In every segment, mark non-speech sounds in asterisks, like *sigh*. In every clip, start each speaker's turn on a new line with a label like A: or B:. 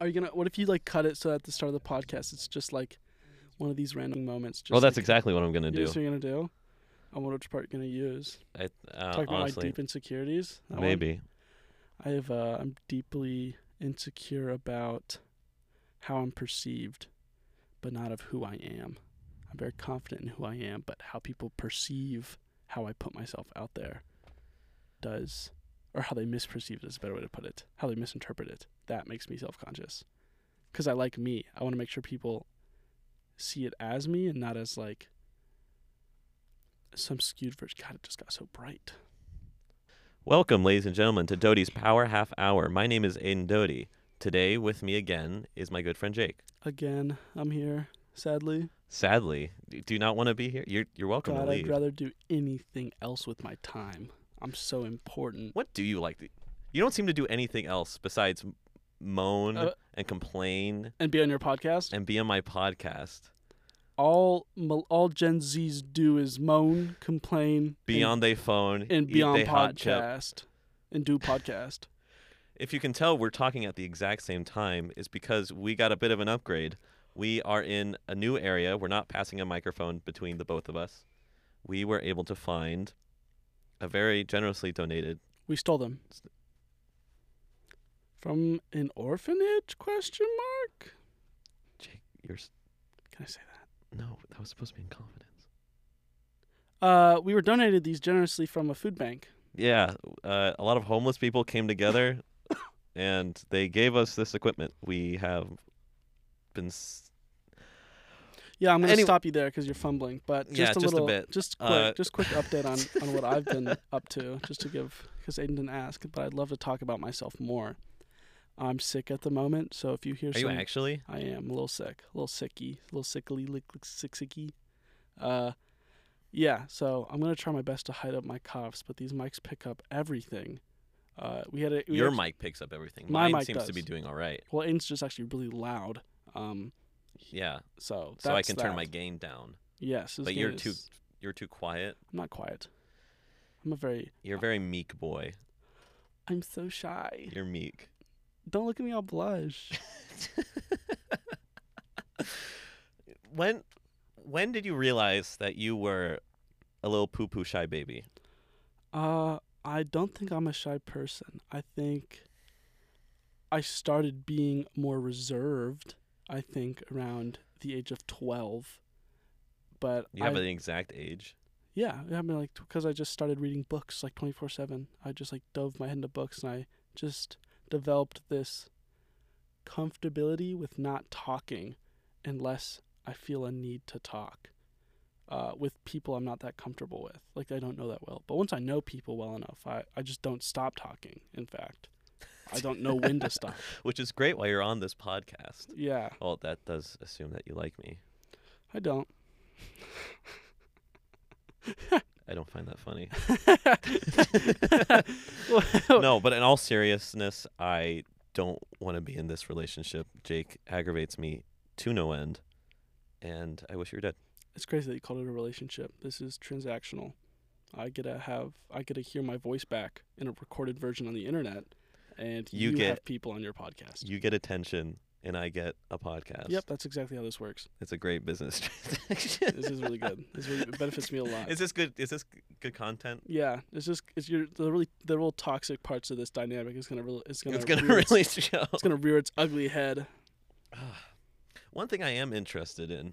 A: Are you gonna? What if you like cut it so at the start of the podcast, it's just like one of these random moments. Just
B: well, that's
A: like,
B: exactly what I'm gonna
A: you know
B: do.
A: what you're gonna do. I wonder which part you're gonna use.
B: I, uh,
A: Talk about my
B: honestly,
A: deep insecurities. That one?
B: maybe.
A: I have. Uh, I'm deeply insecure about how I'm perceived, but not of who I am. I'm very confident in who I am, but how people perceive how I put myself out there does, or how they misperceive it is a better way to put it. How they misinterpret it. That makes me self-conscious, because I like me. I want to make sure people see it as me and not as like some skewed version. God, it just got so bright.
B: Welcome, ladies and gentlemen, to Doty's Power Half Hour. My name is Aiden Doty. Today, with me again, is my good friend Jake.
A: Again, I'm here. Sadly,
B: Sadly, d- do you not want to be here? You're you're welcome
A: God,
B: to leave.
A: I'd rather do anything else with my time. I'm so important.
B: What do you like? To, you don't seem to do anything else besides m- moan
A: Uh,
B: and complain
A: And be on your podcast.
B: and be on my podcast.
A: all mil- all Gen Zs do is moan, complain,
B: Be on their phone
A: and, and
B: eat
A: be on
B: they hot chip.
A: podcast, and do podcast.
B: If you can tell, we're talking at the exact same time. It's because we got a bit of an upgrade. We are in a new area. We're not passing a microphone between the both of us. We were able to find a very generously donated
A: We stole them from an orphanage? Question mark.
B: Jake. You're s-
A: Can I say that?
B: no, that was supposed to be in confidence.
A: Uh, we were donated these generously from a food bank.
B: Yeah, uh, a lot of homeless people
A: *coughs*
B: came together, and they gave us this equipment. We have been s-
A: Yeah, I'm gonna
B: Any-
A: stop you there because you're fumbling. But just
B: Yeah,
A: a
B: just a
A: little,
B: bit.
A: just quick,
B: Uh,
A: just
B: *laughs*
A: quick update on on what I've been up to, just to give because Aiden didn't ask, but I'd love to talk about myself more. I'm sick at the moment, so if you hear
B: Are you
A: some,
B: actually?
A: I am a little sick, a little sicky, a little sickly, lick, lick, sick sicky. Uh, yeah. So I'm gonna try my best to hide up my coughs, but these mics pick up everything. Uh, we had a we
B: Your
A: actu-
B: mic picks up everything.
A: My
B: Mine
A: mic
B: seems to be
A: does.
B: doing all right.
A: well, Aiden's just actually really loud. Um,
B: Yeah,
A: so
B: so I
A: that's
B: can turn
A: that.
B: my gain down.
A: yes, this
B: but you're
A: game
B: too
A: is-
B: you're too quiet.
A: I'm not quiet. I'm a very.
B: You're a very meek boy.
A: I'm so shy.
B: You're meek.
A: Don't look at me. I'll
B: *laughs*
A: blush.
B: when when did you realize that you were a little poo poo shy baby?
A: Uh, I don't think I'm a shy person. I think I started being more reserved. I think around the age of twelve, but
B: You have
A: I,
B: an exact age.
A: yeah, I mean, like because I just started reading books like twenty four seven. I just like dove my head into books and I just developed this comfortability with not talking unless I feel a need to talk uh, with people I'm not that comfortable with. Like, I don't know that well. But once I know people well enough, I, I just don't stop talking, in fact. I don't know when to
B: *laughs*
A: stop.
B: Which is great while you're on this podcast.
A: Yeah,
B: Well, that does assume that you like me.
A: I don't. *laughs*
B: I don't find
A: *laughs*
B: that funny.
A: Well,
B: no, but in all seriousness, I don't want to be in this relationship. Jake aggravates me to no end, and I wish you were dead.
A: It's crazy that you called it a relationship. This is transactional. I get to have, I get to hear my voice back in a recorded version on the internet, and
B: You
A: you,
B: get-
A: have people on your podcast.
B: You get attention, and I get a podcast.
A: Yep, that's exactly how this works.
B: It's a great business *laughs* transaction.
A: This is really good. This
B: *laughs*
A: really it benefits me a lot.
B: Is this good? Is this g- good content?
A: yeah, it's just it's your the really the real toxic parts of this dynamic is gonna really it's gonna
B: it's gonna
A: *laughs* rear its-
B: really *laughs* show. *sighs*
A: it's gonna rear its ugly head.
B: One thing I am interested in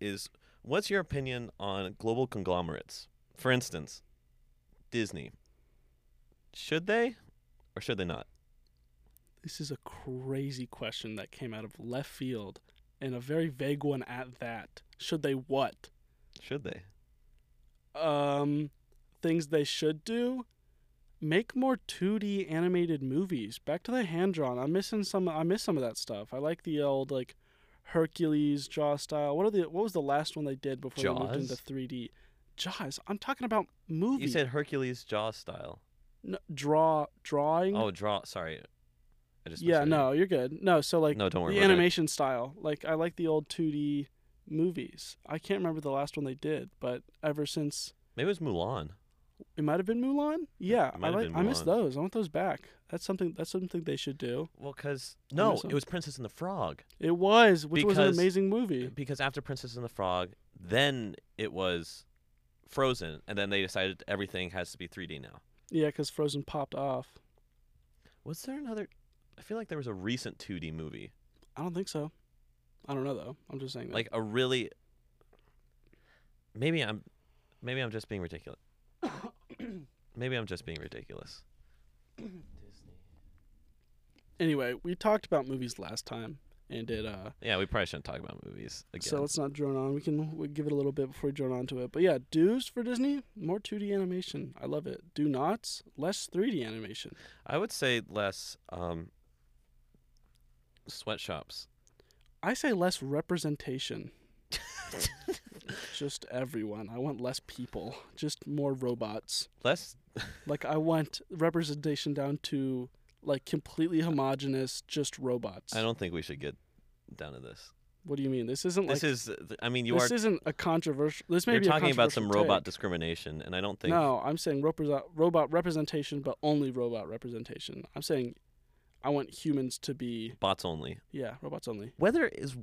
B: is what's your opinion on global conglomerates? For instance, Disney. Should they, or should they not?
A: This is a crazy question that came out of left field, and a very vague one at that. Should they what?
B: Should they?
A: um things they should do make more 2d animated movies back to the hand drawn i'm missing some i miss some of that stuff i like the old like hercules jaw style what are the what was the last one they did before they moved
B: Jaws?
A: into 3d jaws i'm talking about movie
B: You said Hercules jaw style.
A: No, draw drawing
B: Oh, draw. Sorry, I just
A: yeah
B: misread it.
A: no you're good no so like
B: No, don't worry
A: the
B: about it.
A: animation style like i like the old 2d movies i can't remember the last one they did but ever since
B: Maybe it was Mulan.
A: It might have been Mulan. Yeah,
B: It
A: I
B: might have
A: like.
B: been
A: I miss
B: Mulan.
A: those. I want those back. That's something. That's something they should do.
B: Well, because
A: I
B: no,
A: miss
B: it
A: them.
B: was Princess and the Frog.
A: It was, which was an
B: Because-
A: amazing movie.
B: Because after Princess and the Frog, then it was Frozen, and then they decided everything has to be 3D now.
A: Yeah, because Frozen popped off.
B: Was there another? I feel like there was a recent 2D movie,
A: I don't think so. I don't know though. I'm just saying that.
B: like a really. Maybe I'm, maybe I'm just being ridiculous. *coughs* maybe I'm just being ridiculous.
A: anyway, we talked about movies last time, and it uh.
B: Yeah, we probably shouldn't talk about movies again.
A: So let's not drone on. We can we give it a little bit before we drone on to it. But yeah, do's for Disney, more 2D animation. I love it. Do nots, less 3D animation.
B: I would say less um, sweatshops.
A: I say less representation. Just everyone. I want less people. Just more robots.
B: Less.
A: Like I want representation down to like completely homogenous just robots.
B: I don't think we should get down to this.
A: what do you mean? This isn't like
B: This is. I mean, you
A: this
B: are.
A: isn't a controversial this may
B: You're
A: be a
B: talking about some
A: controversial
B: robot
A: take.
B: discrimination, and I don't think.
A: No, I'm saying repre- robot representation, but only robot representation. I'm saying I want humans to be,
B: bots only.
A: yeah, robots only.
B: Weather is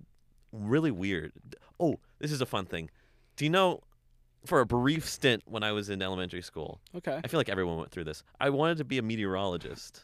B: really weird. Oh, this is a fun thing. Do you know, for a brief stint when I was in elementary school,
A: Okay,
B: I feel like everyone went through this. I wanted to be a meteorologist.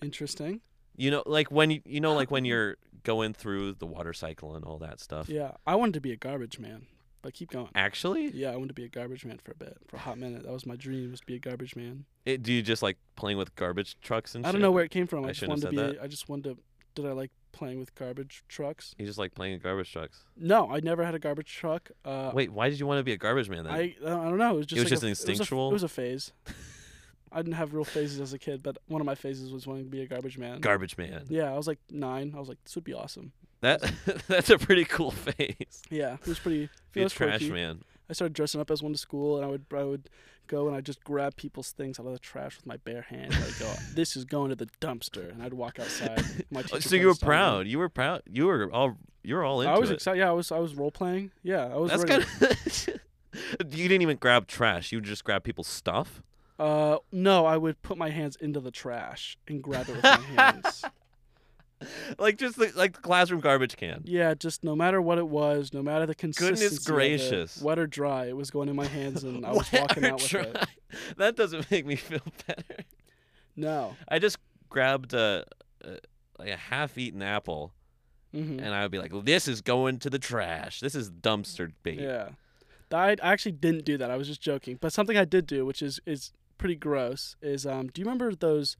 A: interesting.
B: You know, like when you, you know, like when you're going through the water cycle and all that stuff.
A: Yeah, I wanted to be a garbage man, but keep going.
B: Actually,
A: Yeah, I wanted to be a garbage man for a bit, for a hot minute. That was my dream, was to be a garbage man.
B: it, do you just like playing with garbage trucks and
A: I
B: shit?
A: don't know where it came from. I,
B: I
A: just
B: shouldn't
A: wanted to
B: have
A: be.
B: said
A: A, I just wanted to. Did I like playing with garbage trucks?
B: You just like playing with garbage trucks.
A: No, I never had a garbage truck. Uh,
B: Wait, why did you want to be a garbage man then?
A: I I don't know. It was just
B: was
A: like
B: just
A: a,
B: an
A: it was a-
B: instinctual-
A: It was a,
B: *laughs*
A: phase. I didn't have real phases as a kid, but one of my phases was wanting to be a garbage man.
B: garbage man.
A: Yeah, I was like nine. I was like, this would be awesome.
B: That *laughs* that's a pretty cool *laughs* face.
A: Yeah, it was pretty.
B: Be
A: it
B: a
A: was
B: trash
A: quirky.
B: man.
A: I started dressing up as one to school, and I would I would go and I would just grab people's things out of the trash with my bare hand. I'd
B: *laughs*
A: go, this is going to the dumpster, and I'd walk outside. My
B: Oh,
A: teacher
B: so
A: come
B: you were
A: stop me.
B: proud. You were proud. You were all. You were all into
A: I was
B: it.
A: excited. Yeah, I was I was role playing. Yeah, I was.
B: That's
A: ready.
B: kind of. *laughs* you didn't even grab trash. You just grabbed people's stuff.
A: Uh, no, I would put my hands into the trash and grab it with my
B: *laughs*
A: hands.
B: Like just the, like the classroom
A: *laughs*
B: garbage can.
A: Yeah, just no matter what it was, no matter the consistency. of it,
B: gracious.
A: wet or dry, it was going in my hands, and I was
B: *laughs* Wet
A: walking
B: or
A: out with it.
B: dry? That doesn't *laughs* make me feel better.
A: No.
B: I just grabbed a, a like a half-eaten apple,
A: hmm
B: and I would be like, "This is going to the trash. This is dumpster bait."
A: Yeah. I I actually didn't do that. I was just joking. But something I did do, which is is pretty gross, is um do you remember those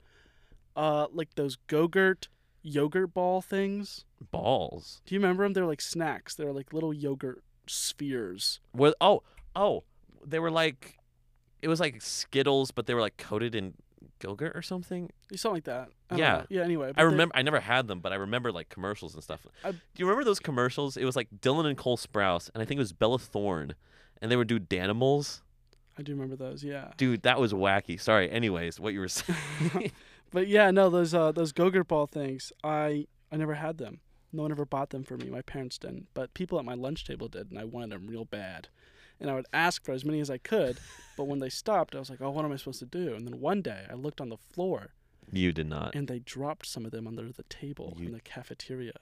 A: uh like those go-gurt yogurt ball things?
B: Balls.
A: Do you remember them? They're like snacks. They're like little yogurt spheres.
B: Were oh oh they were like, it was like Skittles, but they were like coated in Gilgert or something.
A: Something like that. I don't
B: Yeah.
A: know. Yeah, anyway. but
B: I
A: they-
B: remember I never had them, but I remember like commercials and stuff.
A: I-
B: Do you remember those commercials? It was like Dylan and Cole Sprouse, and I think it was Bella Thorne, and they would do Danimals.
A: I do remember those, yeah.
B: Dude, that was wacky. Sorry. Anyways, what you
A: *laughs*
B: were *laughs* saying?
A: But yeah, no, those uh those go-gurt ball things, I I never had them. No one ever bought them for me. My parents didn't, but people at my lunch table did, and I wanted them real bad. And I would ask for as many as I could, but when they stopped, I was like, "Oh, what am I supposed to do?" And then one day, I looked on the floor,
B: you did not.
A: and they dropped some of them under the table
B: Uh. You-
A: in the cafeteria.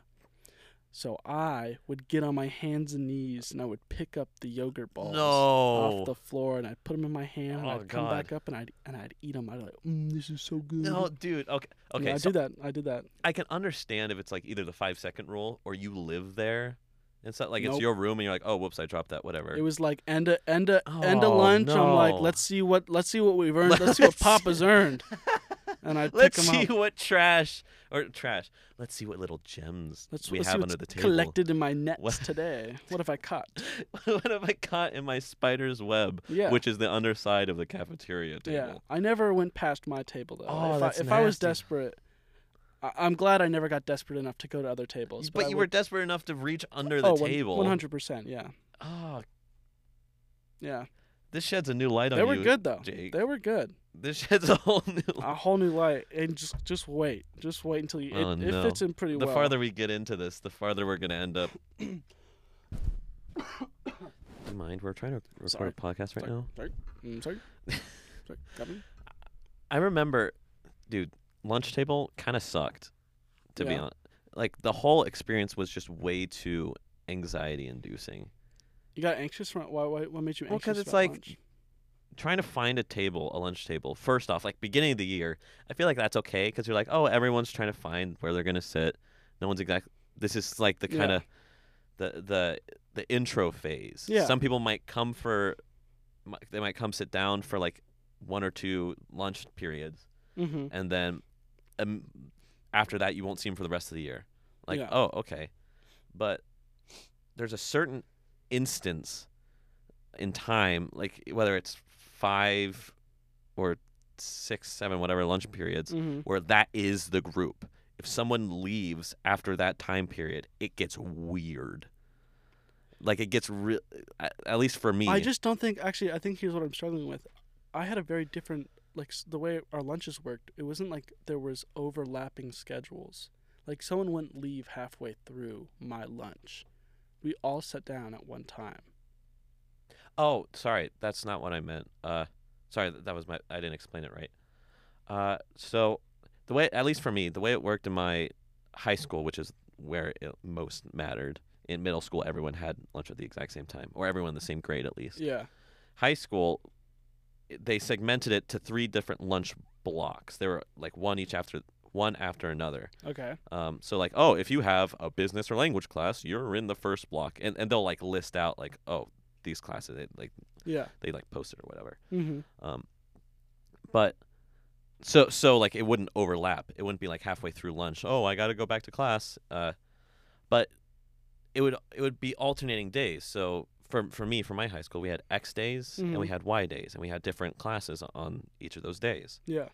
A: So I would get on my hands and knees, and I would pick up the yogurt balls
B: No.
A: off the floor, and I'd put them in my hand, and
B: Oh,
A: I'd come
B: God.
A: back up, and I'd and I'd eat them. I'd be like, mm, "This is so good."
B: No, dude. Okay. Okay.
A: Yeah, I
B: so
A: did that. I did that.
B: I can understand if it's like either the five second rule or you live there. It's not like
A: Nope.
B: it's your room and you're like, oh, whoops, I dropped that. Whatever.
A: It was like end of end of end
B: Oh,
A: of lunch. I'm like,
B: no.
A: let's see what let's see what we've earned. Let's see what
B: Let's-
A: Papa's
B: *laughs*
A: earned. And I'd pick
B: Let's
A: them
B: see
A: up.
B: what trash or trash. Let's see what little gems
A: Let's,
B: we
A: let's
B: have
A: see
B: under
A: what's
B: the table.
A: collected in my nets
B: What-
A: today. What have I caught?
B: *laughs* what have I caught in my spider's web?
A: Yeah.
B: Which is the underside of the cafeteria
A: Yeah.
B: table.
A: I never went past my table though.
B: Oh,
A: if
B: that's
A: I, if I was
B: nasty.
A: desperate, I, I'm glad I never got desperate enough to go to other tables.
B: But
A: I
B: you were
A: would-
B: desperate enough to reach under the
A: oh, one-
B: table.
A: 100%. Yeah.
B: Oh,
A: Yeah.
B: this sheds a new light
A: They
B: on
A: were
B: you,
A: good though.
B: Jake.
A: They were good.
B: This sheds a whole new light.
A: A whole new light. And just just wait. Just wait until you.
B: Oh,
A: it,
B: no.
A: it fits in pretty
B: The
A: well.
B: farther we get into this, the farther we're going to end up.
A: *laughs*
B: Do you mind? We're trying to record
A: Sorry.
B: a podcast right
A: Sorry.
B: now. *laughs*
A: Sorry. Mm, sorry. Like, Gavin?
B: I remember, dude, lunch table kind of sucked, to be
A: Yeah.
B: honest. Like the whole experience was just way too anxiety inducing.
A: You got anxious from why? Why? What made you anxious?
B: Well, 'cause it's
A: about
B: like-
A: lunch?
B: Trying to find a table, a lunch table, first off, like beginning of the year, I feel like that's okay because you're like, oh, everyone's trying to find where they're gonna sit. No one's exact. This is like the
A: Yeah.
B: kind of the the the intro phase.
A: Yeah.
B: Some people might come for, mi- they might come sit down for like one or two lunch periods.
A: Mm-hmm.
B: and then um, after that you won't see him for the rest of the year. Like,
A: Yeah.
B: oh, okay. But there's a certain instance in time, like whether it's five or six, seven, whatever lunch periods,
A: Mm-hmm.
B: where that is the group. If someone leaves after that time period, it gets weird. Like it gets real. At least for me,
A: I just don't think. Actually, I think here's what I'm struggling with. I had a very different like s- the way our lunches worked. It wasn't like there was overlapping schedules. Like someone wouldn't leave halfway through my lunch. We all sat down at one time.
B: Oh, sorry, that's not what I meant. Uh, sorry, th- that was my I didn't explain it right. Uh, so the way, at least for me, the way it worked in my high school, which is where it most mattered. In middle school, everyone had lunch at the exact same time, or everyone the same grade at least.
A: Yeah.
B: High school, i- they segmented it to three different lunch blocks. They were like one each after one after another.
A: Okay.
B: Um, so like, oh, if you have a business or language class, you're in the first block, and and they'll like list out like, oh, these classes, they, like
A: Yeah.
B: they like post it or whatever.
A: Mm-hmm.
B: Um, but so so like it wouldn't overlap. It wouldn't be like halfway through lunch. Oh, I got to go back to class. Uh, but it would it would be alternating days. So for for me for my high school, we had X days and we
A: Mhm.
B: had Y days, and we had different classes on each of those days.
A: Yeah.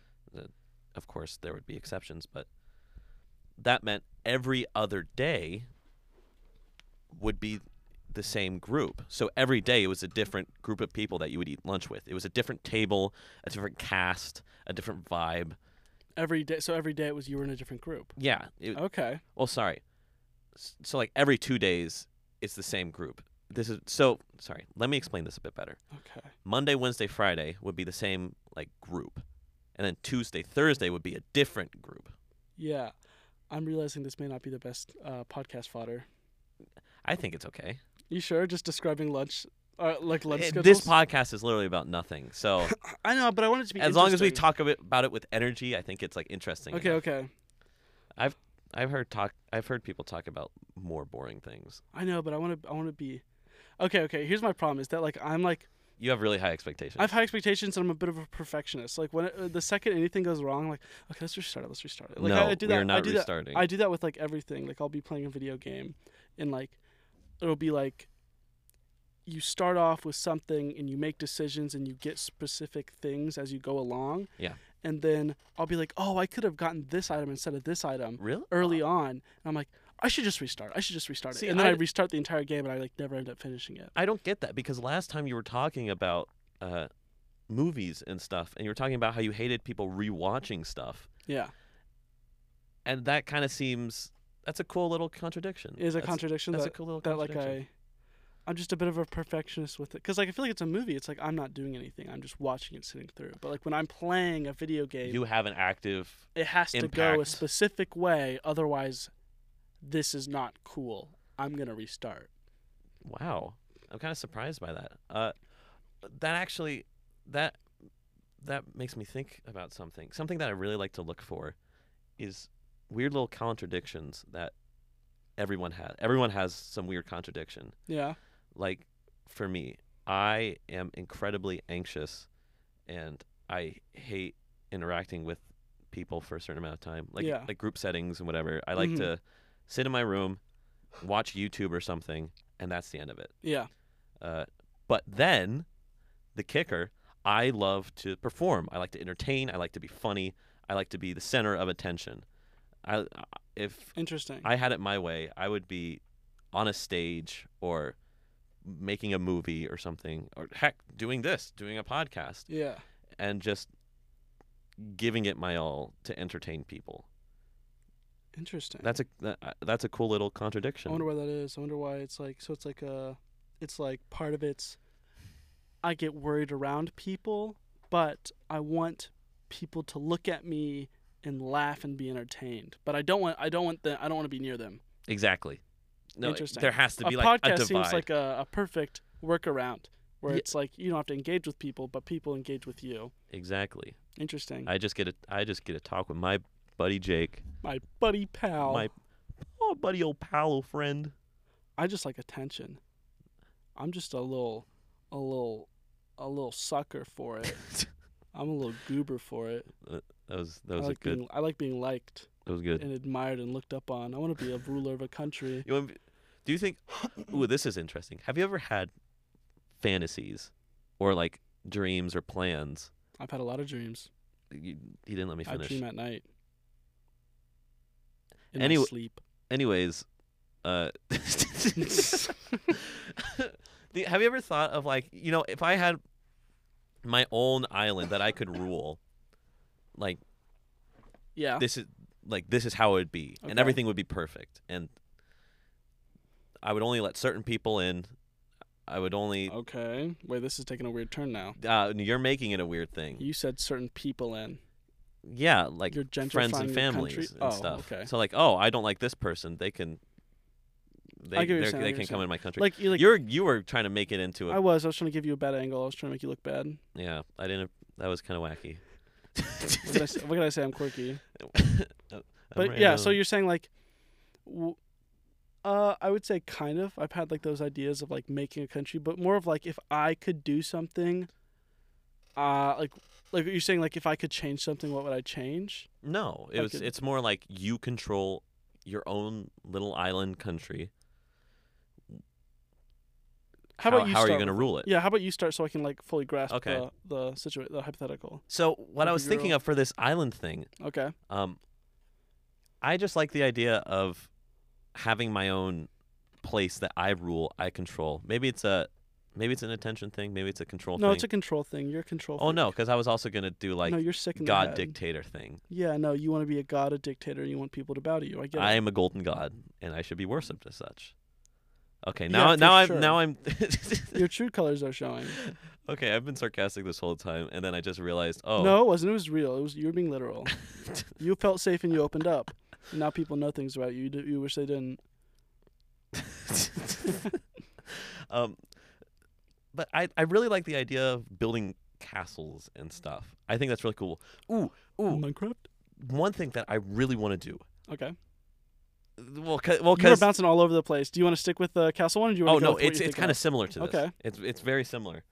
B: Of course, there would be exceptions, but that meant every other day would be the same group. So every day it was a different group of people that you would eat lunch with. It was a different table, a different cast, a different vibe.
A: Every day. So every day it was you were in a different group.
B: Yeah. It,
A: Okay.
B: well, sorry. S- So like every two days, it's the same group. This is so sorry. Let me explain this a bit better.
A: Okay.
B: Monday, Wednesday, Friday would be the same like group, and then Tuesday, Thursday would be a different group.
A: Yeah. I'm realizing this may not be the best uh, podcast fodder.
B: I think it's okay.
A: You sure? Just describing lunch, uh, like lunch
B: Eh,
A: schedules.
B: this podcast is literally about nothing. So
A: I know, but I want it to *laughs* be
B: as long as we
A: interesting.
B: talk a bit about it with energy, I think it's like interesting.
A: Okay.
B: enough.
A: Okay.
B: I've heard talk. I've heard people talk about more boring things.
A: I know, but I want to. I want to be. Okay, okay. Here's my problem: is that like I'm like
B: You have really high expectations.
A: I have high expectations, and I'm a bit of a perfectionist. Like when it, the second anything goes wrong, I'm like okay, let's restart it. Let's restart it. Like
B: no,
A: I, I do
B: we
A: that.
B: are not
A: I do that.
B: restarting.
A: I do that with like everything. Like I'll be playing a video game, and like it'll be like you start off with something and you make decisions and you get specific things as you go along.
B: Yeah.
A: And then I'll be like, oh, I could have gotten this item instead of this item
B: really
A: early on, and I'm like. I should just restart. I should just restart
B: See,
A: it, and then I,
B: I d-
A: restart the entire game, and I like never end up finishing it.
B: I don't get that because last time you were talking about uh, movies and stuff, and you were talking about how you hated people rewatching stuff,
A: Yeah,
B: and that kind of seems that's a cool little contradiction.
A: it is a
B: That's-
A: contradiction
B: That's
A: that,
B: a cool little
A: that like
B: contradiction.
A: I, I'm just a bit of a perfectionist with it because like I feel like it's a movie. It's like I'm not doing anything. I'm just watching it sitting through. But like when I'm playing a video game,
B: you have an active.
A: it has to go a
B: impact.
A: specific way. Otherwise, this is not cool. I'm gonna restart.
B: Wow, I'm kind of surprised by that. Uh, that actually, that that makes me think about something. Something that I really like to look for is weird little contradictions that everyone has. Everyone has some weird contradiction.
A: Yeah.
B: Like for me, I am incredibly anxious, and I hate interacting with people for a certain amount of time, like
A: Yeah.
B: like group settings and whatever. I like
A: Mhm.
B: to sit in my room, watch YouTube or something, and that's the end of it.
A: Yeah.
B: Uh, but then, the kicker, I love to perform. I like to entertain. I like to be funny. I like to be the center of attention. I, if
A: Interesting.
B: I had it my way, I would be on a stage or making a movie or something, or heck, doing this, doing a podcast,
A: yeah.
B: and just giving it my all to entertain people.
A: Interesting.
B: That's a that, uh, that's a cool little
A: I
B: contradiction.
A: wonder why that is. I wonder why it's like uh, so. It's like a, it's like part of it's. I get worried around people, but I want people to look at me and laugh and be entertained. But I don't want I don't want the I don't want to be near them.
B: Exactly. No, it-
A: Interesting.
B: there has to
A: a
B: be like
A: podcast
B: a divide.
A: seems like a, a perfect workaround where
B: Ye-
A: it's like you don't have to engage with people, but people engage with you.
B: exactly.
A: Interesting.
B: I just get a I just get a talk with my buddy Jake,
A: my buddy pal.
B: my oh buddy old pal old *laughs* friend.
A: I just like attention. I'm just a little, a little, a little sucker for it. I'm a little goober for it.
B: That was that
A: I
B: was a
A: like
B: good
A: being I like being liked
B: that was good.
A: and admired and looked up on. I want to be a ruler of a country.
B: You wanna be- do you think? *coughs* Ooh, this is interesting. Have you ever had fantasies or like dreams or plans?
A: I've had a lot of dreams.
B: You, he didn't let me
A: I
B: finish.
A: dream at night. In my
B: Anyway-
A: sleep.
B: Anyways, uh, *laughs* the- have you ever thought of like you know if I had my own island that I could rule, like
A: Yeah.
B: this is like this is how it would be, and
A: Okay.
B: everything would be perfect, and I would only let certain people in. I would only.
A: Okay. Wait, this is taking a weird turn now.
B: Uh, you're making it a weird thing.
A: Oh. You said certain people in.
B: yeah, like
A: You're
B: friends
A: gentrifying
B: and
A: your country?
B: families and
A: Oh,
B: stuff.
A: okay.
B: So like, oh, I don't like this person. They can, they
A: get what you're
B: they're-
A: saying, I get
B: they
A: what
B: can
A: you're
B: come in my country.
A: Like you like
B: You're you were trying to make it into a
A: I was. I was trying to give you a bad angle. I was trying to make you look bad.
B: yeah. I didn't. That was kind of wacky.
A: What
B: *laughs*
A: can I say? what can I say? I'm quirky.
B: I'm
A: but yeah,
B: random.
A: so you're saying like, w- uh, I would say kind of. I've had like those ideas of like making a country, but more of like if I could do something, uh, like like you're saying like if I could change something, what would I change?
B: no. It
A: I
B: was.
A: could-
B: It's more like you control your own little island country.
A: How about you
B: How
A: start
B: are you going to
A: with-
B: rule it?
A: Yeah, how about you start so I can like fully grasp
B: Okay.
A: the the situation, the hypothetical.
B: So what I
A: Like
B: was
A: your
B: thinking
A: own-
B: of for this island thing,
A: Okay.
B: um, I just like the idea of having my own place that I rule, I control. Maybe it's a, maybe it's an attention thing. Maybe it's a control
A: No,
B: thing.
A: it's a control thing. You're a control.
B: oh
A: freak.
B: no, because I was also gonna do like
A: no, you're sick. In
B: god
A: the head.
B: dictator thing.
A: Yeah, no, you want to be a god, a dictator, and you want people to bow to you. I get
B: I
A: it.
B: am a golden god, and I should be worshipped as such. Okay,
A: Yeah,
B: now
A: for
B: now
A: sure.
B: I'm now I'm. *laughs*
A: Your true colors are showing.
B: okay, I've been sarcastic this whole time, and then I just realized, oh
A: No, it wasn't. It was real. It was you were being
B: *laughs*
A: literal. you felt safe and you opened up. And now people know things about you. You, d- you wish they didn't.
B: *laughs* um, but I, I really like the idea of building castles and stuff. I think that's really cool. Ooh, ooh.
A: Minecraft.
B: One thing that I really want to do.
A: Okay.
B: Well, cause, well,
A: You were
B: 'cause-
A: bouncing all over the place. Do you want to stick with the castle one? Or do you want
B: oh
A: to
B: no, it's it's kind of similar to this.
A: Okay.
B: It's it's very similar.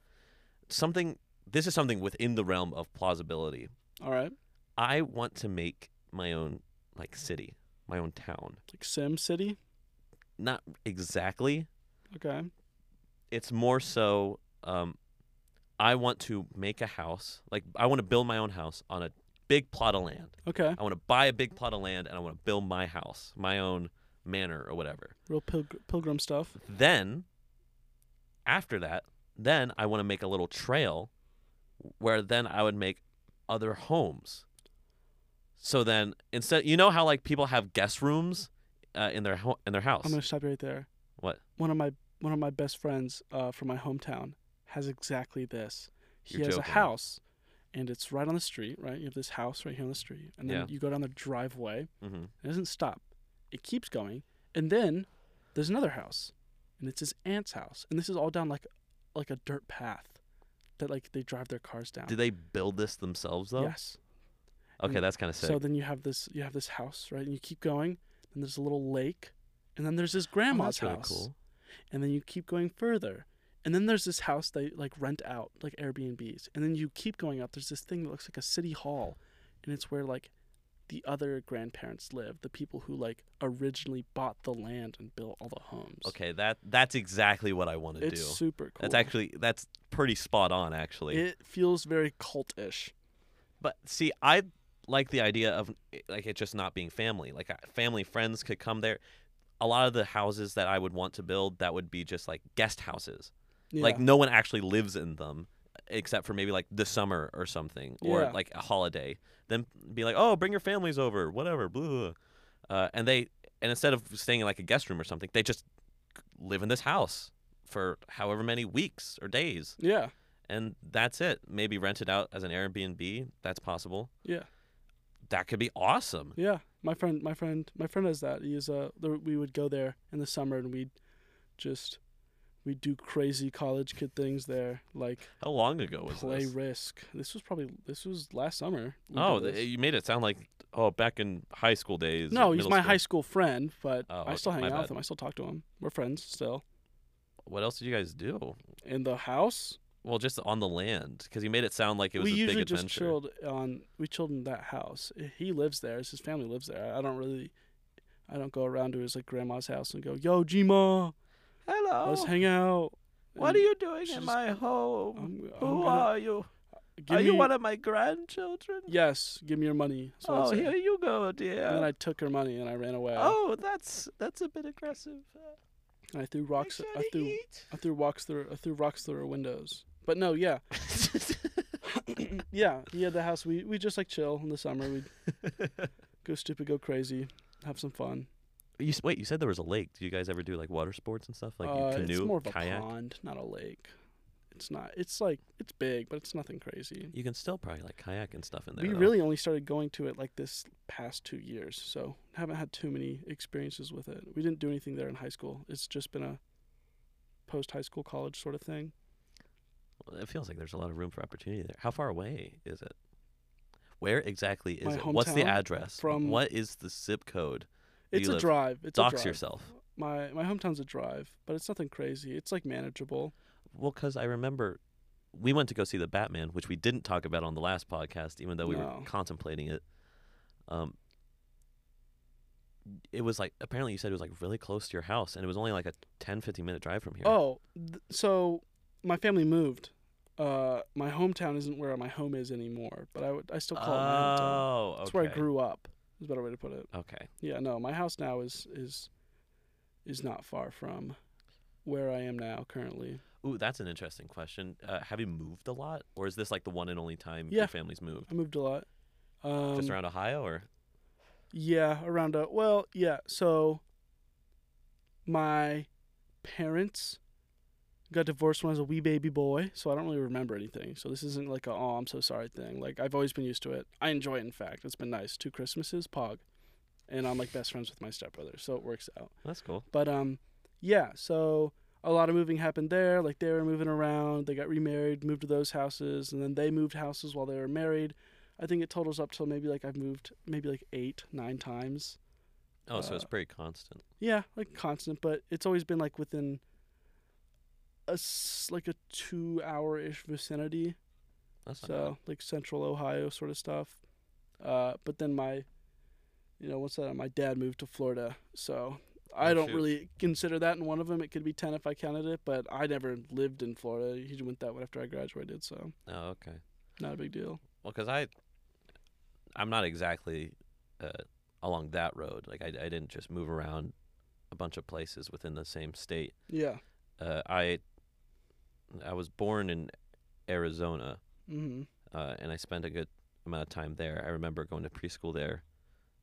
B: Something. This is something within the realm of plausibility.
A: all right,
B: I want to make my own like city, my own town.
A: like Sim City.
B: Not exactly,
A: Okay.
B: it's more so um, I want to make a house. Like I want to build my own house on a big plot of land.
A: Okay.
B: I want to buy a big plot of land and I want to build my house, my own manor or whatever.
A: Real pilgr- pilgrim stuff.
B: Then after that, then I want to make a little trail where then I would make other homes. So then instead you know how like people have guest rooms uh, in their ho- in their house.
A: I'm gonna stop you right there.
B: What?
A: One of my one of my best friends uh, from my hometown has exactly this. He
B: You're
A: has
B: joking.
A: a house, and it's right on the street. Right, you have this house right here on the street, and then
B: Yeah.
A: you go down the driveway,
B: Mhm.
A: It doesn't stop. It keeps going. And then there's another house. And it's his aunt's house. And this is all down like like a dirt path that like they drive their cars down.
B: Do they build this themselves though?
A: yes.
B: Okay, that's kind of sick.
A: So then you have this you have this house, right? And you keep going, and there's a little lake, and then there's his
B: Oh,
A: grandma's
B: that's really
A: house.
B: cool.
A: And then you keep going further. And then there's this house they like rent out, like Airbnbs. And then you keep going up. There's this thing that looks like a city hall, and it's where like the other grandparents live, the people who like originally bought the land and built all the homes.
B: Okay, that that's exactly what I want to
A: it's
B: do.
A: super cool.
B: That's actually that's pretty spot on actually.
A: it feels very cultish.
B: but see, I like the idea of like it just not being family. Like I- family friends could come there. A lot of the houses that I would want to build that would be just like guest houses.
A: Yeah.
B: Like no one actually lives in them except for maybe like the summer or something or
A: Yeah.
B: like a holiday. Then be like, "Oh, bring your families over, whatever." Blah. blah, blah. Uh, and they and instead of staying in like a guest room or something, they just live in this house for however many weeks or days.
A: yeah.
B: and that's it. Maybe rent it out as an Airbnb. That's possible.
A: Yeah.
B: That could be awesome.
A: Yeah, my friend, my friend, my friend does that. He's uh, there- we would go there in the summer and we'd just we'd do crazy college kid things there, like
B: How long ago was
A: play
B: this?
A: Risk. This was probably this was last summer. we did
B: Oh,
A: this.
B: th- you made it sound like oh, back in high school days.
A: no,
B: or
A: he's
B: middle
A: my
B: school.
A: high school friend, but
B: Oh,
A: I still hang
B: okay, my
A: out
B: bad.
A: with him. I still talk to him. We're friends still
B: What else did you guys do?
A: in the house.
B: Well, just on the land, because you made it sound like it was
A: we
B: this
A: usually
B: big adventure.
A: just chilled on we chilled in that house. He lives there. His family lives there. I- I don't really. I don't go around to his like grandma's house and go, "Yo, G-Ma,
B: Hello.
A: let's hang out." And-
B: Oh. you doing
A: she's-
B: home?
A: I'm, I'm gonna-
B: you?
A: give me,
B: of my grandchildren? Oh,
A: Yes, give me your money. So that's it.
B: you go, dear.
A: And then I took her money and I ran away.
B: oh, that's that's a bit aggressive. Uh,
A: And I threw rocks. I threw. I threw rocks through. I threw rocks through her windows. But no, yeah, yeah. He had the house. We we just like chill in the summer. We go stupid, go crazy, have some fun.
B: *laughs* you s- wait. You said there was a lake. Do you guys ever do like water sports and stuff, like you
A: Uh,
B: canoe,
A: it's more of a
B: kayak?
A: pond, not a lake. It's not. It's like it's big, but it's nothing crazy.
B: You can still probably like kayak and stuff in there.
A: We
B: though.
A: really only started going to it like this past two years, so haven't had too many experiences with it. We didn't do anything there in high school. It's just been a post high school college sort of thing.
B: It feels like there's a lot of room for opportunity there. How far away is it? Where exactly is
A: My
B: it? What's the
A: hometown
B: address?
A: from-
B: what is the zip code? Do
A: It's a
B: you live-
A: drive. It's a
B: Dox
A: drive.
B: yourself.
A: My my hometown's a drive, but it's nothing crazy. It's like manageable.
B: Well, because I remember we went to go see the Batman, which we didn't talk about on the last podcast, even though we
A: No.
B: were contemplating it. Um, it was like apparently you said it was like really close to your house, and it was only like a 10, 15 minute drive from here.
A: Oh, th- so my family moved. Uh, my hometown isn't where my home is anymore, but I would I still call it my hometown.
B: Oh, okay.
A: That's where I grew up. Is a better way to put it.
B: Okay,
A: Yeah, no, my house now is is is not far from where I am now currently.
B: ooh, that's an interesting question. Uh, have you moved a lot, or is this like the one and only time
A: Yeah.
B: your family's moved?
A: I moved a lot. Um,
B: Just around Ohio, or
A: Yeah, around a well, yeah. So my parents got divorced when I was a wee baby boy, so I don't really remember anything. So this isn't like a oh I'm so sorry thing. Like I've always been used to it. I enjoy it in fact. It's been nice. Two Christmases, Pog. And I'm like best friends with my stepbrother, so it works out.
B: that's cool.
A: But um, yeah. So a lot of moving happened there. Like they were moving around. They got remarried, moved to those houses, and then they moved houses while they were married. I think it totals up to maybe like I've moved maybe like eight, nine times.
B: Oh, so it's
A: Uh,
B: pretty constant.
A: Yeah, like constant, but it's always been like within a s- like a two-hour-ish vicinity.
B: That's not bad.
A: So like central Ohio sort of stuff. Uh, but then my, you know, what's that? My dad moved to Florida, so I
B: Oh,
A: don't
B: shoot.
A: really consider that in one of them. It could be ten if I counted it, but I never lived in Florida. He went that way after I graduated, so
B: Oh, okay.
A: not a big deal.
B: Well, because I, I'm not exactly uh, along that road. Like I, I didn't just move around a bunch of places within the same state.
A: Yeah.
B: Uh, I, I was born in Arizona,
A: Mm-hmm.
B: uh, and I spent a good amount of time there. I remember going to preschool there.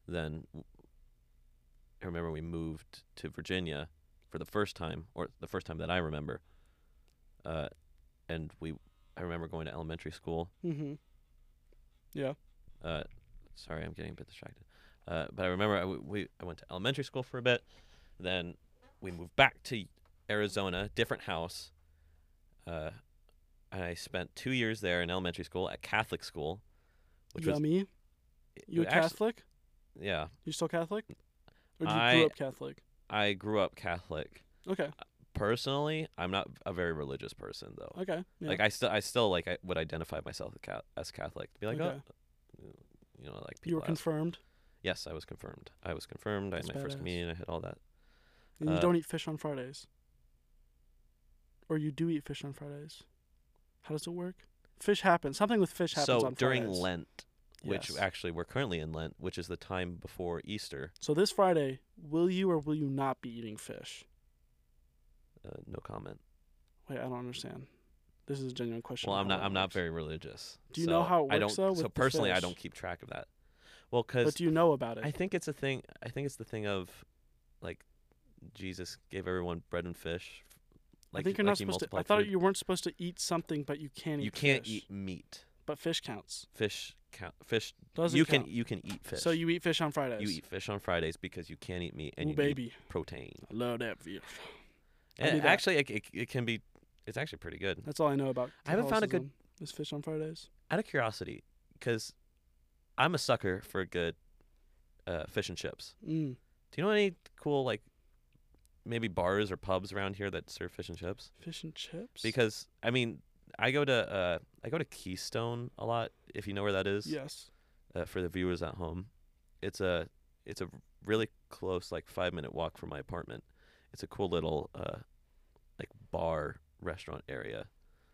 B: Then w- I remember we moved to Virginia for the first time, or the first time that I remember. Uh, and we, I remember going to elementary school.
A: Mm-hmm.
B: uh, sorry, I'm getting a bit distracted. Uh, but I remember I, w- we, I went to elementary school for a bit, then we moved back to Arizona, different house. Uh, and I spent two years there in elementary school at Catholic school, which was
A: Yummy.
B: it
A: you a
B: was actu-
A: Catholic?
B: Yeah,
A: You still Catholic? Or did you
B: I-
A: grow up Catholic?
B: I grew up Catholic.
A: Okay.
B: Personally, I'm not a very religious person though.
A: Okay. Yeah.
B: Like I still, I still like I would identify myself as Ca- as Catholic. Be like,
A: Okay.
B: oh, you know, like people.
A: you were
B: ask-
A: confirmed,
B: yes, I was confirmed. I was confirmed.
A: That's
B: I had my
A: badass.
B: first communion. I had all that.
A: and you
B: Uh,
A: don't eat fish on Fridays. Or you do eat fish on Fridays. How does it work? Fish happens. Something with fish happens
B: so
A: on
B: during
A: Fridays.
B: Lent, which
A: Yes.
B: actually we're currently in Lent, which is the time before Easter.
A: So this Friday, will you or will you not be eating fish?
B: Uh, no comment.
A: Wait, I don't understand. This is a genuine question.
B: Well,
A: of
B: I'm
A: how
B: not.
A: that
B: I'm not
A: works.
B: very religious.
A: Do you know how it
B: I
A: works,
B: don't,
A: though,
B: So
A: with the
B: personally, I
A: fish?
B: don't keep track of that. Well,
A: But
B: because
A: do you know about it?
B: I think it's a thing. I think it's the thing of, like, Jesus gave everyone bread and fish
A: I
B: Like,
A: think you're
B: like
A: not
B: you
A: supposed to.
B: multiply
A: I thought
B: food.
A: you weren't supposed to eat something, but you can eat.
B: You can't
A: fish.
B: eat meat.
A: But fish counts.
B: Fish count. Fish.
A: Doesn't
B: you
A: count.
B: can you can eat fish.
A: So you eat fish on Fridays.
B: you eat fish on Fridays because you can't eat meat and
A: Ooh,
B: you need
A: baby.
B: protein.
A: I love that view. I
B: And
A: do that.
B: actually, it, it, it can be. It's actually pretty good.
A: That's all I know about.
B: I haven't found a good-
A: Catholicism Is fish on Fridays?
B: Out of curiosity, because I'm a sucker for good uh, fish and chips.
A: Mm.
B: Do you know any cool like maybe bars or pubs around here that serve fish and chips?
A: Fish and chips.
B: Because I mean, I go to uh, I go to Keystone a lot. If you know where that is,
A: yes.
B: uh, for the viewers at home, it's a it's a really close like five minute walk from my apartment. It's a cool little uh, like bar restaurant area.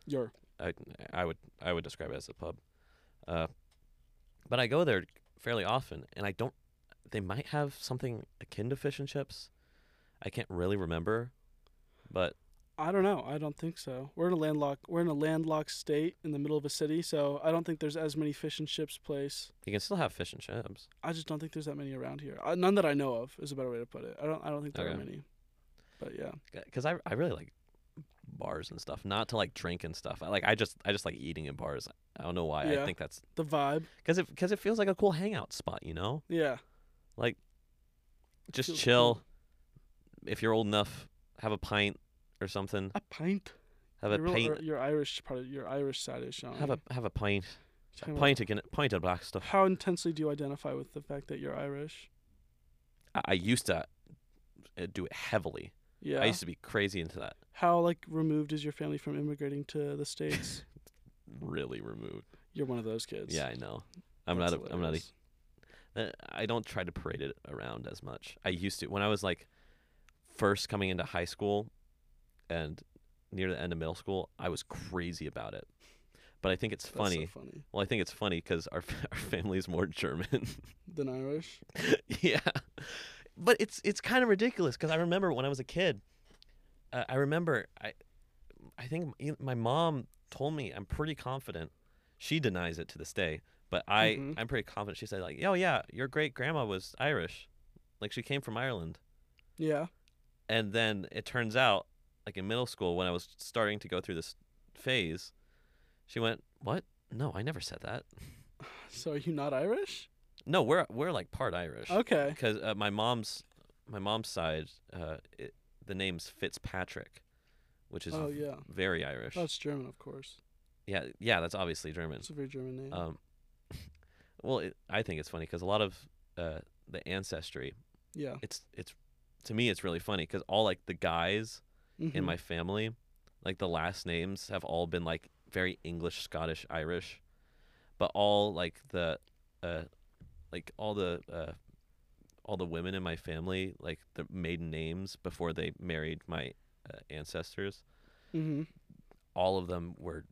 A: Your
B: I I would I would describe it as a pub, uh, but I go there fairly often, and I don't. They might have something akin to fish and chips. I can't really remember, but
A: I don't know. I don't think so. We're in a landlocked we're in a landlocked state in the middle of a city, so I don't think there's as many fish and chips place.
B: you can still have fish and chips.
A: I just don't think there's that many around here. Uh, none that I know of is a better way to put it. I don't I don't think there are
B: Okay.
A: many. But yeah.
B: because I, I really like bars and stuff not to like drink and stuff i like i just i just like eating in bars i don't know why
A: Yeah.
B: i think that's
A: The vibe.
B: because it because it feels like a cool hangout spot you know
A: Yeah.
B: just
A: Feels
B: chill
A: cool.
B: if you're old enough have a pint or something
A: A pint.
B: have a
A: Your real-
B: pint
A: or Your Irish part of your Irish side is showing.
B: have a have a pint a
A: Talking about
B: pint again pint of black stuff
A: How intensely do you identify with the fact that you're Irish?
B: i, I used to uh, do it heavily
A: Yeah.
B: i used to be crazy into that
A: How like removed is your family from immigrating to the
B: *laughs*
A: states?
B: really removed
A: you're one of those kids.
B: yeah i know i'm
A: That's
B: not a, i'm not a
A: hilarious.
B: Uh, I don't try to parade it around as much. I used to when I was like first coming into high school and near the end of middle school, I was crazy about it. But I think it's
A: That's so
B: funny.
A: funny.
B: well, I think it's funny because our *laughs* f- our family's more German.
A: Than Irish.
B: *laughs* yeah, but it's it's kind of ridiculous because I remember when I was a kid. Uh, I remember I, I think m- my mom told me I'm pretty confident. She denies it to this day, but I
A: Mhm.
B: I'm pretty confident. She said like, "Oh yeah, your great grandma was Irish, like she came from Ireland."
A: Yeah.
B: And then it turns out, like in middle school when I was starting to go through this phase, she went, "What? No, I never said that.
A: So are you not Irish?
B: No, we're we're like part Irish."
A: Okay.
B: because uh, my mom's my mom's side, uh, it, the name's Fitzpatrick, which is
A: Oh
B: v-
A: yeah.
B: very Irish.
A: That's German, of course.
B: yeah, yeah, that's obviously German.
A: It's a very German name.
B: Um, *laughs* well, it, I think it's funny because a lot of uh, the ancestry,
A: yeah.
B: it's it's to me it's really funny because all like the guys in
A: Mhm.
B: my family, like the last names have all been like very English, Scottish, Irish, but all like the, uh, like all the, uh, all the women in my family, like the maiden names before they married my uh, ancestors,
A: Mhm.
B: all of them were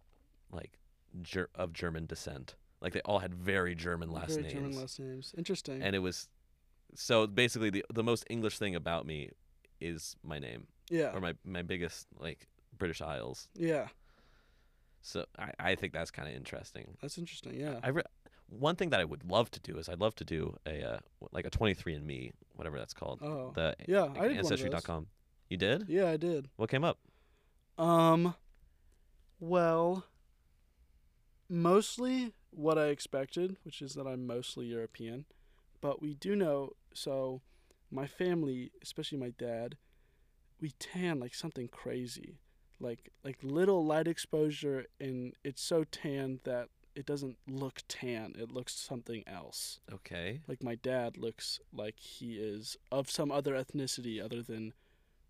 B: like ger- of German descent. Like they all had very German last
A: very
B: names.
A: German last names. Interesting.
B: and it was, so basically the, the most English thing about me is my name
A: yeah.
B: or my, my biggest like British Isles.
A: yeah.
B: So I, I think that's kind of interesting.
A: That's interesting. Yeah.
B: I re- one thing that I would love to do is I'd love to do a uh, w- like a 23andMe, whatever that's called.
A: oh.
B: The
A: yeah.
B: like
A: I did
B: ancestry
A: one
B: dot
A: of those.
B: com. You did?
A: Yeah, I did.
B: What came up?
A: Um. Well. Mostly what I expected, which is that I'm mostly European, but we do know. So, my family, especially my dad, we tan like something crazy, like like little light exposure, and it's so tan that it doesn't look tan. It looks something else.
B: Okay.
A: Like my dad looks like he is of some other ethnicity other than,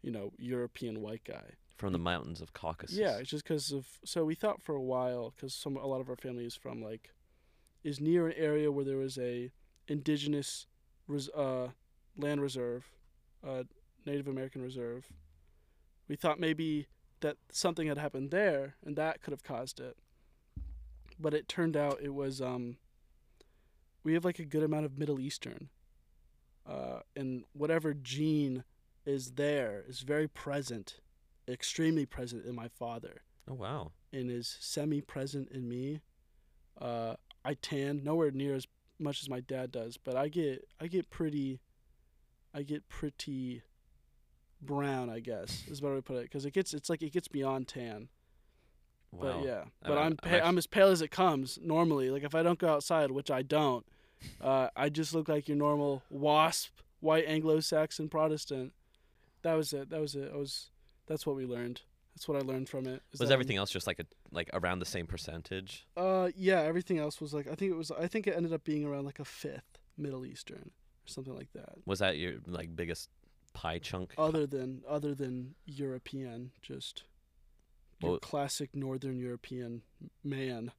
A: you know, European white guy.
B: From the mountains of Caucasus.
A: Yeah, it's just because of. So we thought for a while because some a lot of our family is from like, is near an area where there was a indigenous, res, uh, land reserve, uh, Native American reserve. We thought maybe that something had happened there and that could have caused it, but it turned out it was um. We have like a good amount of Middle Eastern, uh, and whatever gene is there is very present extremely present in my father
B: Oh wow.
A: and is semi present in me. Uh, I tan nowhere near as much as my dad does, but I get I get pretty I get pretty brown, I guess is better way to put it, because it gets it's like it gets beyond tan.
B: Wow.
A: But yeah,
B: I
A: but
B: mean,
A: I'm
B: I'm
A: pa-
B: actu-
A: I'm as pale as it comes normally. Like if I don't go outside, which I
B: *laughs*
A: don't, uh, I just look like your normal wasp, white Anglo-Saxon Protestant. That was it. That was it. I was. That's what we learned. That's what I learned from it. is
B: Was
A: that I'm-
B: everything else just like a like around the same percentage?
A: Uh, yeah. Everything else was like I think it was. I think it ended up being around like a fifth Middle Eastern or something like that.
B: Was that your like biggest pie chunk?
A: Other than other than European, just your
B: Well-
A: classic Northern European man.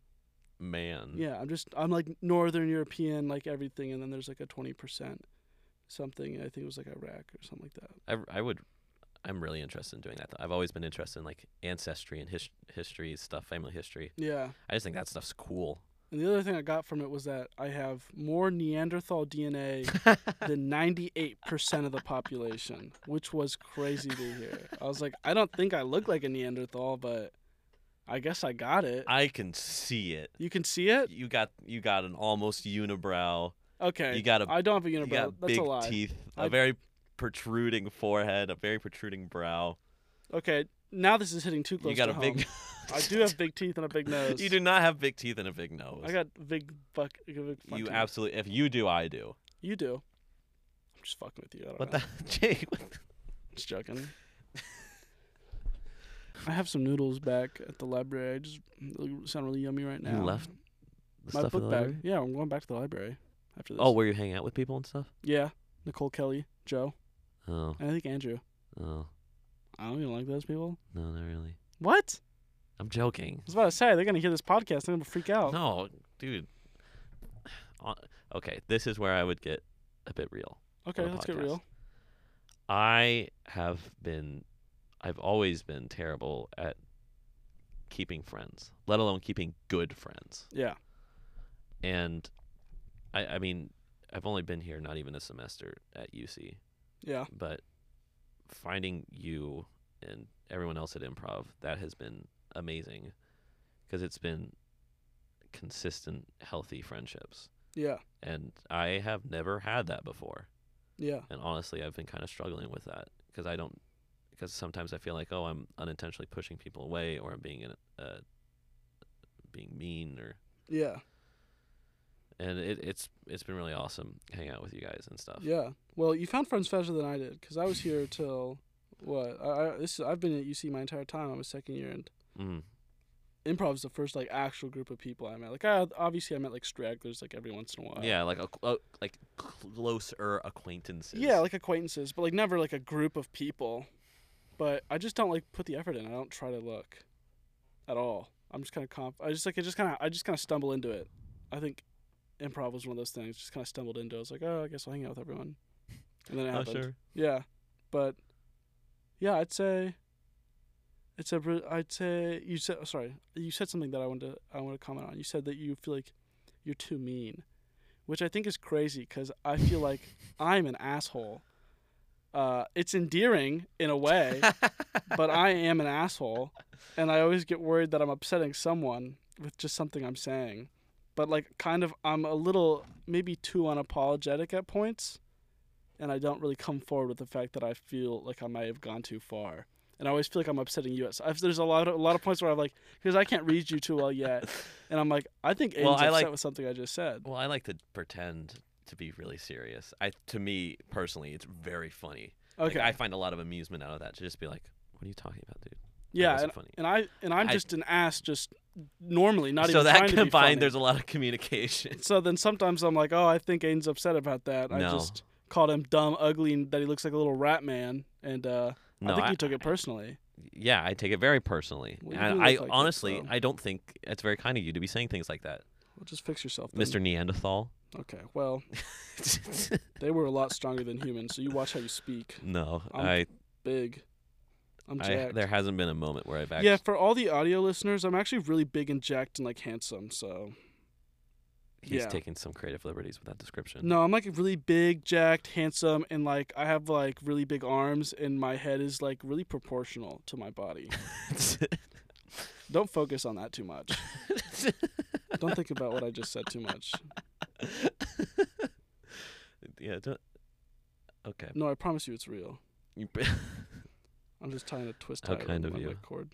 B: Man.
A: Yeah, I'm just I'm like Northern European, like everything, and then there's like a twenty percent something. I think it was like Iraq or something like that.
B: I, I would I'm really interested in doing that. Though. I've always been interested in like ancestry and his, history stuff, family history.
A: Yeah,
B: I just think that stuff's cool. *laughs*
A: and the other thing I got from it was that I have more Neanderthal
B: *laughs*
A: DNA than ninety eight percent of the population, which was crazy to hear. I was like, I don't think I look like a Neanderthal, but I guess I got it.
B: I can see it.
A: you can see it.
B: You got you got an almost unibrow.
A: Okay,
B: You got a
A: I don't have a
B: you
A: unibrow.
B: got
A: That's
B: big
A: a lie.
B: teeth, a
A: I-
B: very protruding forehead, a very protruding brow.
A: Okay, now this is hitting too close.
B: you got
A: to
B: a big. *laughs*
A: home. I do have big teeth and a big nose.
B: you do not have big teeth and a big nose.
A: I got big buck. I got big fuck
B: you
A: teeth.
B: absolutely. If you do, I do.
A: You do. I'm just fucking with you. I don't
B: What
A: know.
B: the *laughs* Jake? What the-
A: Just joking. I have some noodles back at the library. I just they sound really yummy right now.
B: left the
A: my
B: stuff in
A: book
B: the
A: bag.
B: library?
A: Yeah, I'm going back to the library after this.
B: Oh, where you hang out with people and stuff?
A: yeah. Nicole Kelly, Joe,
B: Oh,
A: and I think Andrew.
B: oh,
A: I don't even like those people.
B: no, not really.
A: What?
B: I'm joking.
A: I was about to say they're gonna hear this podcast. They're gonna freak out.
B: No, dude. *sighs* Hon- Okay, this is where I would get a bit real.
A: okay,
B: on a
A: let's get
B: podcast.
A: real.
B: I have been, I've always been terrible at keeping friends, let alone keeping good friends.
A: Yeah.
B: And I, I mean, I've only been here not even a semester at UC,
A: Yeah.
B: but finding you and everyone else at improv, that has been amazing because it's been consistent, healthy friendships.
A: Yeah.
B: and I have never had that before.
A: Yeah.
B: And honestly, I've been kind of struggling with that because I don't because sometimes I feel like oh I'm unintentionally pushing people away or I'm being an, uh, being mean or
A: Yeah.
B: and it, it's it's been really awesome hanging out with you guys and stuff.
A: Yeah. Well, you found friends faster than I did because I was here till what? I, I this is, I've been at UC my entire time. I'm a second year, and
B: Mm.
A: improv is the first like actual group of people I met. Like I obviously I met like stragglers like every once in a while.
B: yeah, like a, cl- uh, like closer acquaintances.
A: Yeah, like acquaintances, but like never like a group of people. But I just don't like put the effort in. I don't try to look at all. I'm just kind of comp. I just like I just kind of I just kind of stumble into it. I think improv was one of those things. Just kind of stumbled into. it. I was like, oh, I guess I'll hang out with everyone. And then it
B: oh
A: happened.
B: sure.
A: Yeah, but yeah, I'd say it's a. re- I'd say you said oh, sorry. You said something that I wanted to. I want to comment on. You said that you feel like you're too mean, which I think is crazy because I feel
B: *laughs*
A: like I'm an asshole. Uh, it's endearing in a way, but I am an asshole, and I always get worried that I'm upsetting someone with just something I'm saying. But like, kind of, I'm a little maybe too unapologetic at points, and I don't really come forward with the fact that I feel like I might have gone too far, and I always feel like I'm upsetting you. So I've, there's a lot of a lot of points where I'm like, because I can't read you too well yet, and I'm like, I think Aiden's
B: Well, I
A: upset
B: like-
A: with something I just said.
B: Well, I like to pretend to be really serious. I to me personally, it's very funny. Like,
A: Okay,
B: I find a lot of amusement out of that to just be like, "What are you talking about, dude?" That
A: yeah,
B: wasn't
A: and,
B: funny.
A: and I and I'm
B: I-
A: just an ass, just normally not
B: so
A: even
B: that
A: trying to be funny.
B: combined, there's a lot of communication.
A: So then sometimes I'm like, oh, I think Aiden's upset about that. I
B: No.
A: just called him dumb, ugly, and that he looks like a little rat man. And uh, *laughs* I
B: No,
A: think
B: I-
A: he took it personally.
B: yeah, I take it very personally,
A: Well, you do
B: and
A: look
B: I
A: like it,
B: honestly,
A: so.
B: I don't think it's very kind of you to be saying things like that,
A: Well, just fix yourself, then. *laughs*
B: Mister Neanderthal.
A: Okay. Well, they were a lot stronger than humans, so you watch how you speak.
B: no,
A: I'm
B: I,
A: Big. I'm
B: I,
A: jacked.
B: there hasn't been a moment where I've actually.
A: yeah, for all the audio listeners, I'm actually really big and jacked and like handsome. So
B: he's
A: yeah.
B: taking some creative liberties with that description. *laughs*
A: no, I'm like really big, jacked, handsome, and like I have like really big arms, and my head is like really proportional to my
B: *laughs*
A: body. Don't focus on that too much. Don't think about what I just said too much.
B: *laughs* yeah. Don't, okay.
A: No, I promise you it's real.
B: *laughs* You-
A: I'm just trying to twist
B: How
A: tie
B: kind
A: with
B: of
A: my
B: you.
A: mic cord.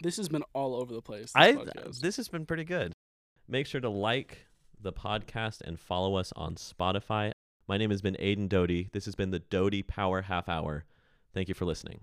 A: This has been all over the place. This
B: I
A: podcast.
B: this has been pretty good. Make sure to like the podcast and follow us on Spotify. My name has been Aiden Doty. This has been the Doty Power Half Hour. Thank you for listening.